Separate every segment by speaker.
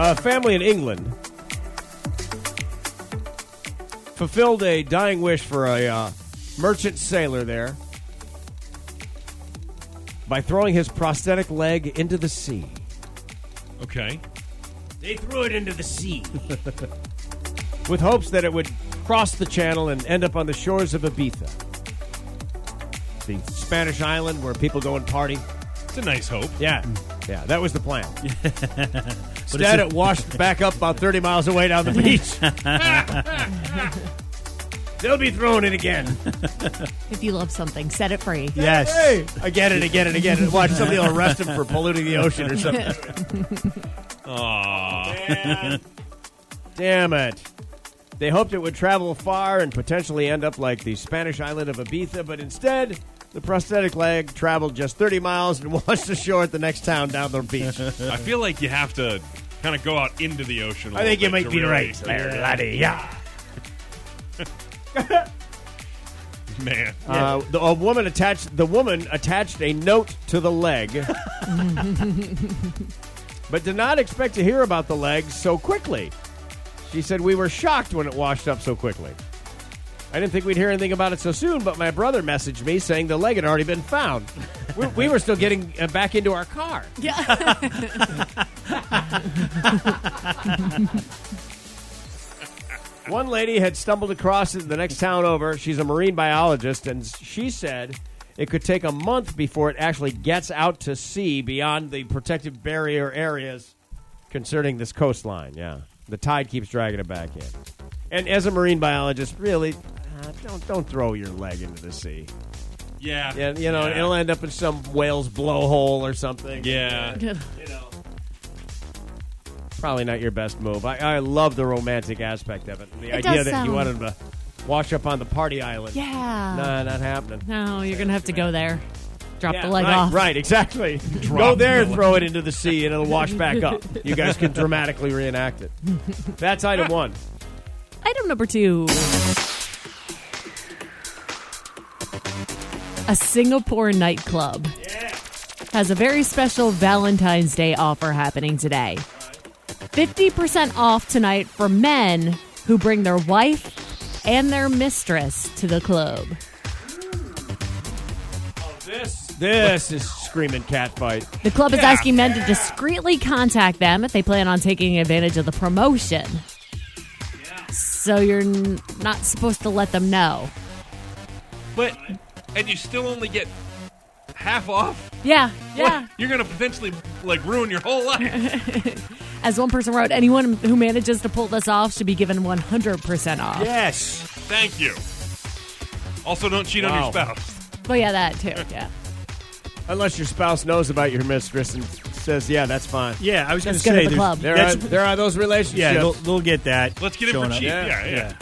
Speaker 1: A family in England fulfilled a dying wish for a uh, merchant sailor there by throwing his prosthetic leg into the sea.
Speaker 2: Okay.
Speaker 1: They threw it into the sea. With hopes that it would cross the channel and end up on the shores of Ibiza, the Spanish island where people go and party.
Speaker 2: It's a nice hope.
Speaker 1: Yeah, yeah, that was the plan. Instead,
Speaker 2: it's a-
Speaker 1: it washed back up about 30 miles away down the beach. They'll be throwing it again.
Speaker 3: If you love something, set it free.
Speaker 1: Yes. Again and again and again. Watch somebody will arrest him for polluting the ocean or something.
Speaker 2: Aw.
Speaker 1: Man. Damn it. They hoped it would travel far and potentially end up like the Spanish island of Ibiza, but instead, the prosthetic leg traveled just 30 miles and washed ashore at the next town down the beach.
Speaker 2: I feel like you have to kind of go out into the ocean. I
Speaker 1: I think you might be right there, laddie. Yeah.
Speaker 2: Man.
Speaker 1: Uh, the, a woman attached the woman attached a note to the leg, but did not expect to hear about the leg so quickly. She said, "We were shocked when it washed up so quickly. I didn't think we'd hear anything about it so soon, but my brother messaged me saying the leg had already been found. we, we were still getting uh, back into our car.
Speaker 3: Yeah.
Speaker 1: One lady had stumbled across it the next town over. She's a marine biologist, and she said it could take a month before it actually gets out to sea beyond the protective barrier areas concerning this coastline. Yeah, the tide keeps dragging it back in. And as a marine biologist, really, uh, don't don't throw your leg into the sea.
Speaker 2: Yeah.
Speaker 1: Yeah, you know, it'll end up in some whale's blowhole or something.
Speaker 2: Yeah.
Speaker 1: probably not your best move. I, I love the romantic aspect of it. The
Speaker 3: It
Speaker 1: idea
Speaker 3: does
Speaker 1: that you
Speaker 3: sound-
Speaker 1: wanted to wash up on the party island.
Speaker 3: Yeah.
Speaker 1: Nah, not happening.
Speaker 3: No, you're gonna have to go there. Drop
Speaker 1: Yeah,
Speaker 3: the leg
Speaker 1: right,
Speaker 3: off.
Speaker 1: right, exactly. Go there and throw it into the sea, and it'll wash back up. You guys can dramatically reenact it. That's item one.
Speaker 3: Item number two. A Singapore nightclub has a very special Valentine's Day offer happening today. 50% off tonight for men who bring their wife and their mistress to the club.
Speaker 1: This this is screaming catfight.
Speaker 3: The club is asking men to discreetly contact them if they plan on taking advantage of the promotion. So you're n- not supposed to let them know.
Speaker 2: But, and you still only get half off?
Speaker 3: Yeah, yeah.
Speaker 2: What? You're going to potentially, like, ruin your whole life.
Speaker 3: As one person wrote, anyone who manages to pull this off should be given 100% off.
Speaker 1: Yes.
Speaker 2: Thank you. Also, don't cheat on
Speaker 1: Wow.
Speaker 2: your spouse.
Speaker 3: Well, yeah, that too. Yeah.
Speaker 1: Unless your spouse knows about your mistress and says, "Yeah, that's fine."
Speaker 4: Yeah, I was going
Speaker 3: Let's go to
Speaker 4: say
Speaker 3: the
Speaker 4: there's-
Speaker 3: club.
Speaker 1: There
Speaker 4: That's-
Speaker 1: are there are those relationships.
Speaker 4: Yeah, they'll, they'll get that.
Speaker 2: Let's get it
Speaker 4: showing
Speaker 2: for
Speaker 4: up.
Speaker 2: cheap. Yeah, yeah.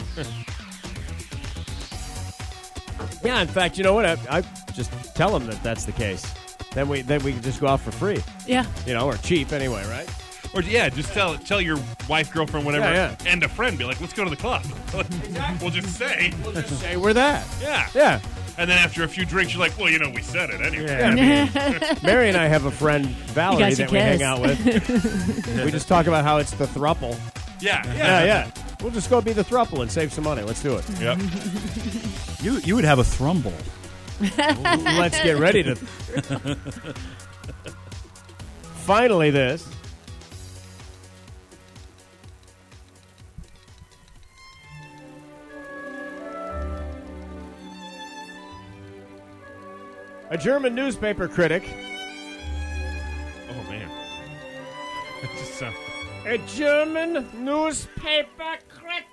Speaker 1: Yeah, in fact, you know what? I, I just tell them that that's the case. Then we then we can just go out for free,
Speaker 3: Yeah.
Speaker 1: you know, or cheap anyway, right?
Speaker 2: Or, yeah, just tell tell your wife, girlfriend, whatever,
Speaker 1: Yeah, yeah.
Speaker 2: and a friend. Be like, let's go to the club. We'll just say.
Speaker 1: Say we're that.
Speaker 2: Yeah.
Speaker 1: Yeah.
Speaker 2: And then after a few drinks, you're like, well, you know, we said it anyway.
Speaker 1: Yeah. Mary and I have a friend Valerie
Speaker 3: your
Speaker 1: that we hang
Speaker 3: kiss.
Speaker 1: out with. we just talk about how it's the thruple.
Speaker 2: Yeah. Yeah.
Speaker 1: Yeah, yeah. We'll just go be the thruple and save some money. Let's do it.
Speaker 2: Yep.
Speaker 4: You you would have a thrumble.
Speaker 1: Let's get ready to. Finally, this. A German newspaper critic,
Speaker 2: Oh, man. That just sound-
Speaker 1: a German newspaper critic,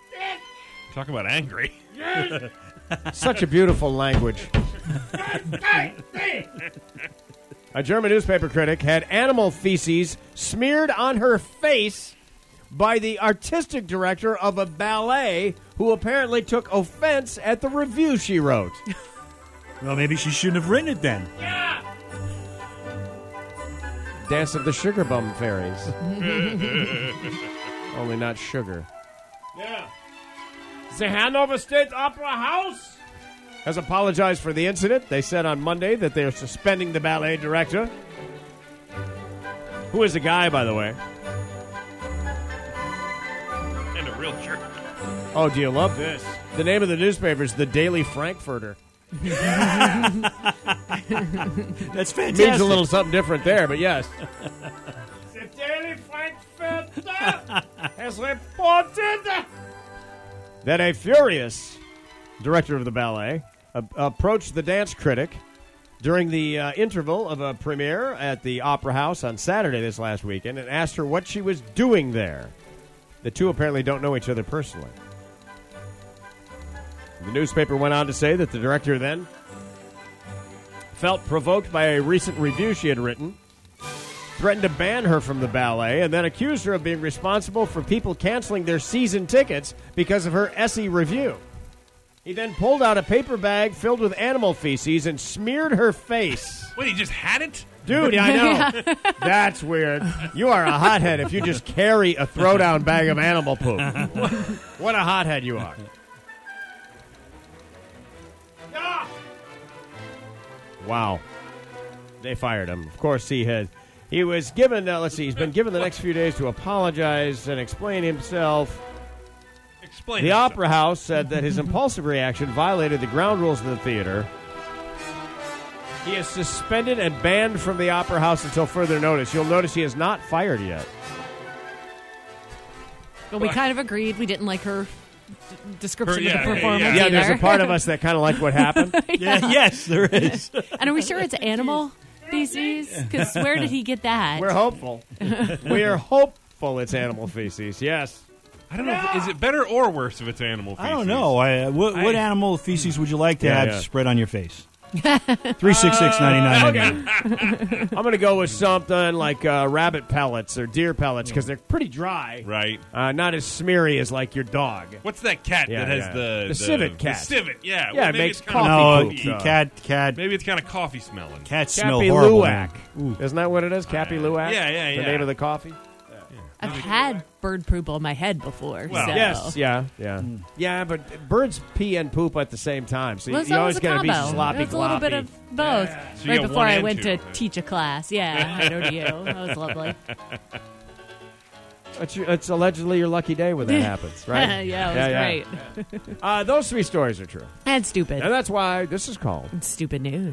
Speaker 2: Talk about angry.
Speaker 1: Such a beautiful language. A German newspaper critic had animal feces smeared on her face by the artistic director of a ballet who apparently took offense at the review she wrote.
Speaker 4: Well, maybe she shouldn't have written it then.
Speaker 1: Dance of the Sugar Bum Fairies. Only not sugar. Yeah. The Hanover State Opera House has apologized for the incident. They said on Monday that they are suspending the ballet director, who is a guy, by the way.
Speaker 2: And a real jerk.
Speaker 1: Oh, do you love this? The name of the newspaper is the Daily Frankfurter.
Speaker 4: That's
Speaker 1: It
Speaker 4: fantastic.
Speaker 1: means a little something different there, but yes. the Daily Frankfurter has reported that a furious director of the ballet a- approached the dance critic during the uh, interval of a premiere at the Opera House on Saturday this last weekend and asked her what she was doing there. The two apparently don't know each other personally. The newspaper went on to say that the director then felt provoked by a recent review she had written, threatened to ban her from the ballet, and then accused her of being responsible for people canceling their season tickets because of her SE review. He then pulled out a paper bag filled with animal feces and smeared her face.
Speaker 2: Wait, he just had it?
Speaker 1: Dude, I know. That's weird. You are a hothead if you just carry a throwdown bag of animal poop. what a hothead you are. Ah! Wow. They fired him. Of course he had. He was given, uh, let's see, he's been given the next few days to apologize and explain himself.
Speaker 2: Explain.
Speaker 1: The
Speaker 2: yourself.
Speaker 1: Opera House said that his impulsive reaction violated the ground rules of the theater. He is suspended and banned from the Opera House until further notice. You'll notice he is not fired yet.
Speaker 3: But we kind of agreed we didn't like her d- description
Speaker 2: Her-
Speaker 3: of
Speaker 2: yeah,
Speaker 3: the performance
Speaker 1: Yeah, there's
Speaker 3: either.
Speaker 1: a part of us that kind of like what happened.
Speaker 4: yeah, yes, there is.
Speaker 3: and are we sure it's animal feces? Because where did he get that?
Speaker 1: We're hopeful. we are hopeful it's animal feces. Yes.
Speaker 2: I don't know. If, is it better or worse if it's animal feces?
Speaker 4: I don't know. I, uh, what, what
Speaker 2: I-
Speaker 4: animal feces would you like to
Speaker 1: Yeah,
Speaker 4: have
Speaker 1: yeah.
Speaker 4: spread on your face? Three six six ninety nine.
Speaker 1: I'm going to go with something like uh, rabbit pellets or deer pellets because they're pretty dry.
Speaker 2: Right.
Speaker 1: Uh, not as smeary as like your dog.
Speaker 2: What's that cat
Speaker 1: Yeah,
Speaker 2: that has
Speaker 1: yeah.
Speaker 2: the,
Speaker 1: The civet cat.
Speaker 2: The civet, yeah.
Speaker 1: Yeah, it
Speaker 2: maybe
Speaker 1: makes
Speaker 2: it's kinda
Speaker 1: Uh,
Speaker 4: No, uh,
Speaker 1: Coffee
Speaker 4: c-
Speaker 1: poop.
Speaker 4: cat, cat,
Speaker 2: Maybe it's kind of coffee smelling.
Speaker 4: cat smell
Speaker 1: Cappy
Speaker 4: horrible.
Speaker 1: Luwak.
Speaker 4: man.
Speaker 1: Isn't that what it is? Cappy Luwak?
Speaker 2: yeah, yeah,
Speaker 1: The
Speaker 2: yeah.
Speaker 1: name of the coffee?
Speaker 3: I've had bird poop on my head before.
Speaker 2: Well,
Speaker 3: so.
Speaker 1: Yes, yeah, yeah, Mm. yeah. But birds pee and poop at the same time, so
Speaker 3: Well,
Speaker 1: you,
Speaker 3: it's
Speaker 1: you always
Speaker 3: a
Speaker 1: got to
Speaker 3: combo.
Speaker 1: be sloppy.
Speaker 3: It's a little bit
Speaker 1: gloppy.
Speaker 3: of both.
Speaker 2: So you
Speaker 3: right
Speaker 2: got
Speaker 3: before
Speaker 2: one
Speaker 3: I
Speaker 2: and
Speaker 3: went
Speaker 2: two.
Speaker 3: to teach a class. Yeah, I know to you. That was lovely.
Speaker 1: It's, your- it's allegedly your lucky day when that happens, right?
Speaker 3: yeah, it was great.
Speaker 1: Uh, those three stories are true,
Speaker 3: And stupid.
Speaker 1: and that's why this is called
Speaker 3: Stupid news.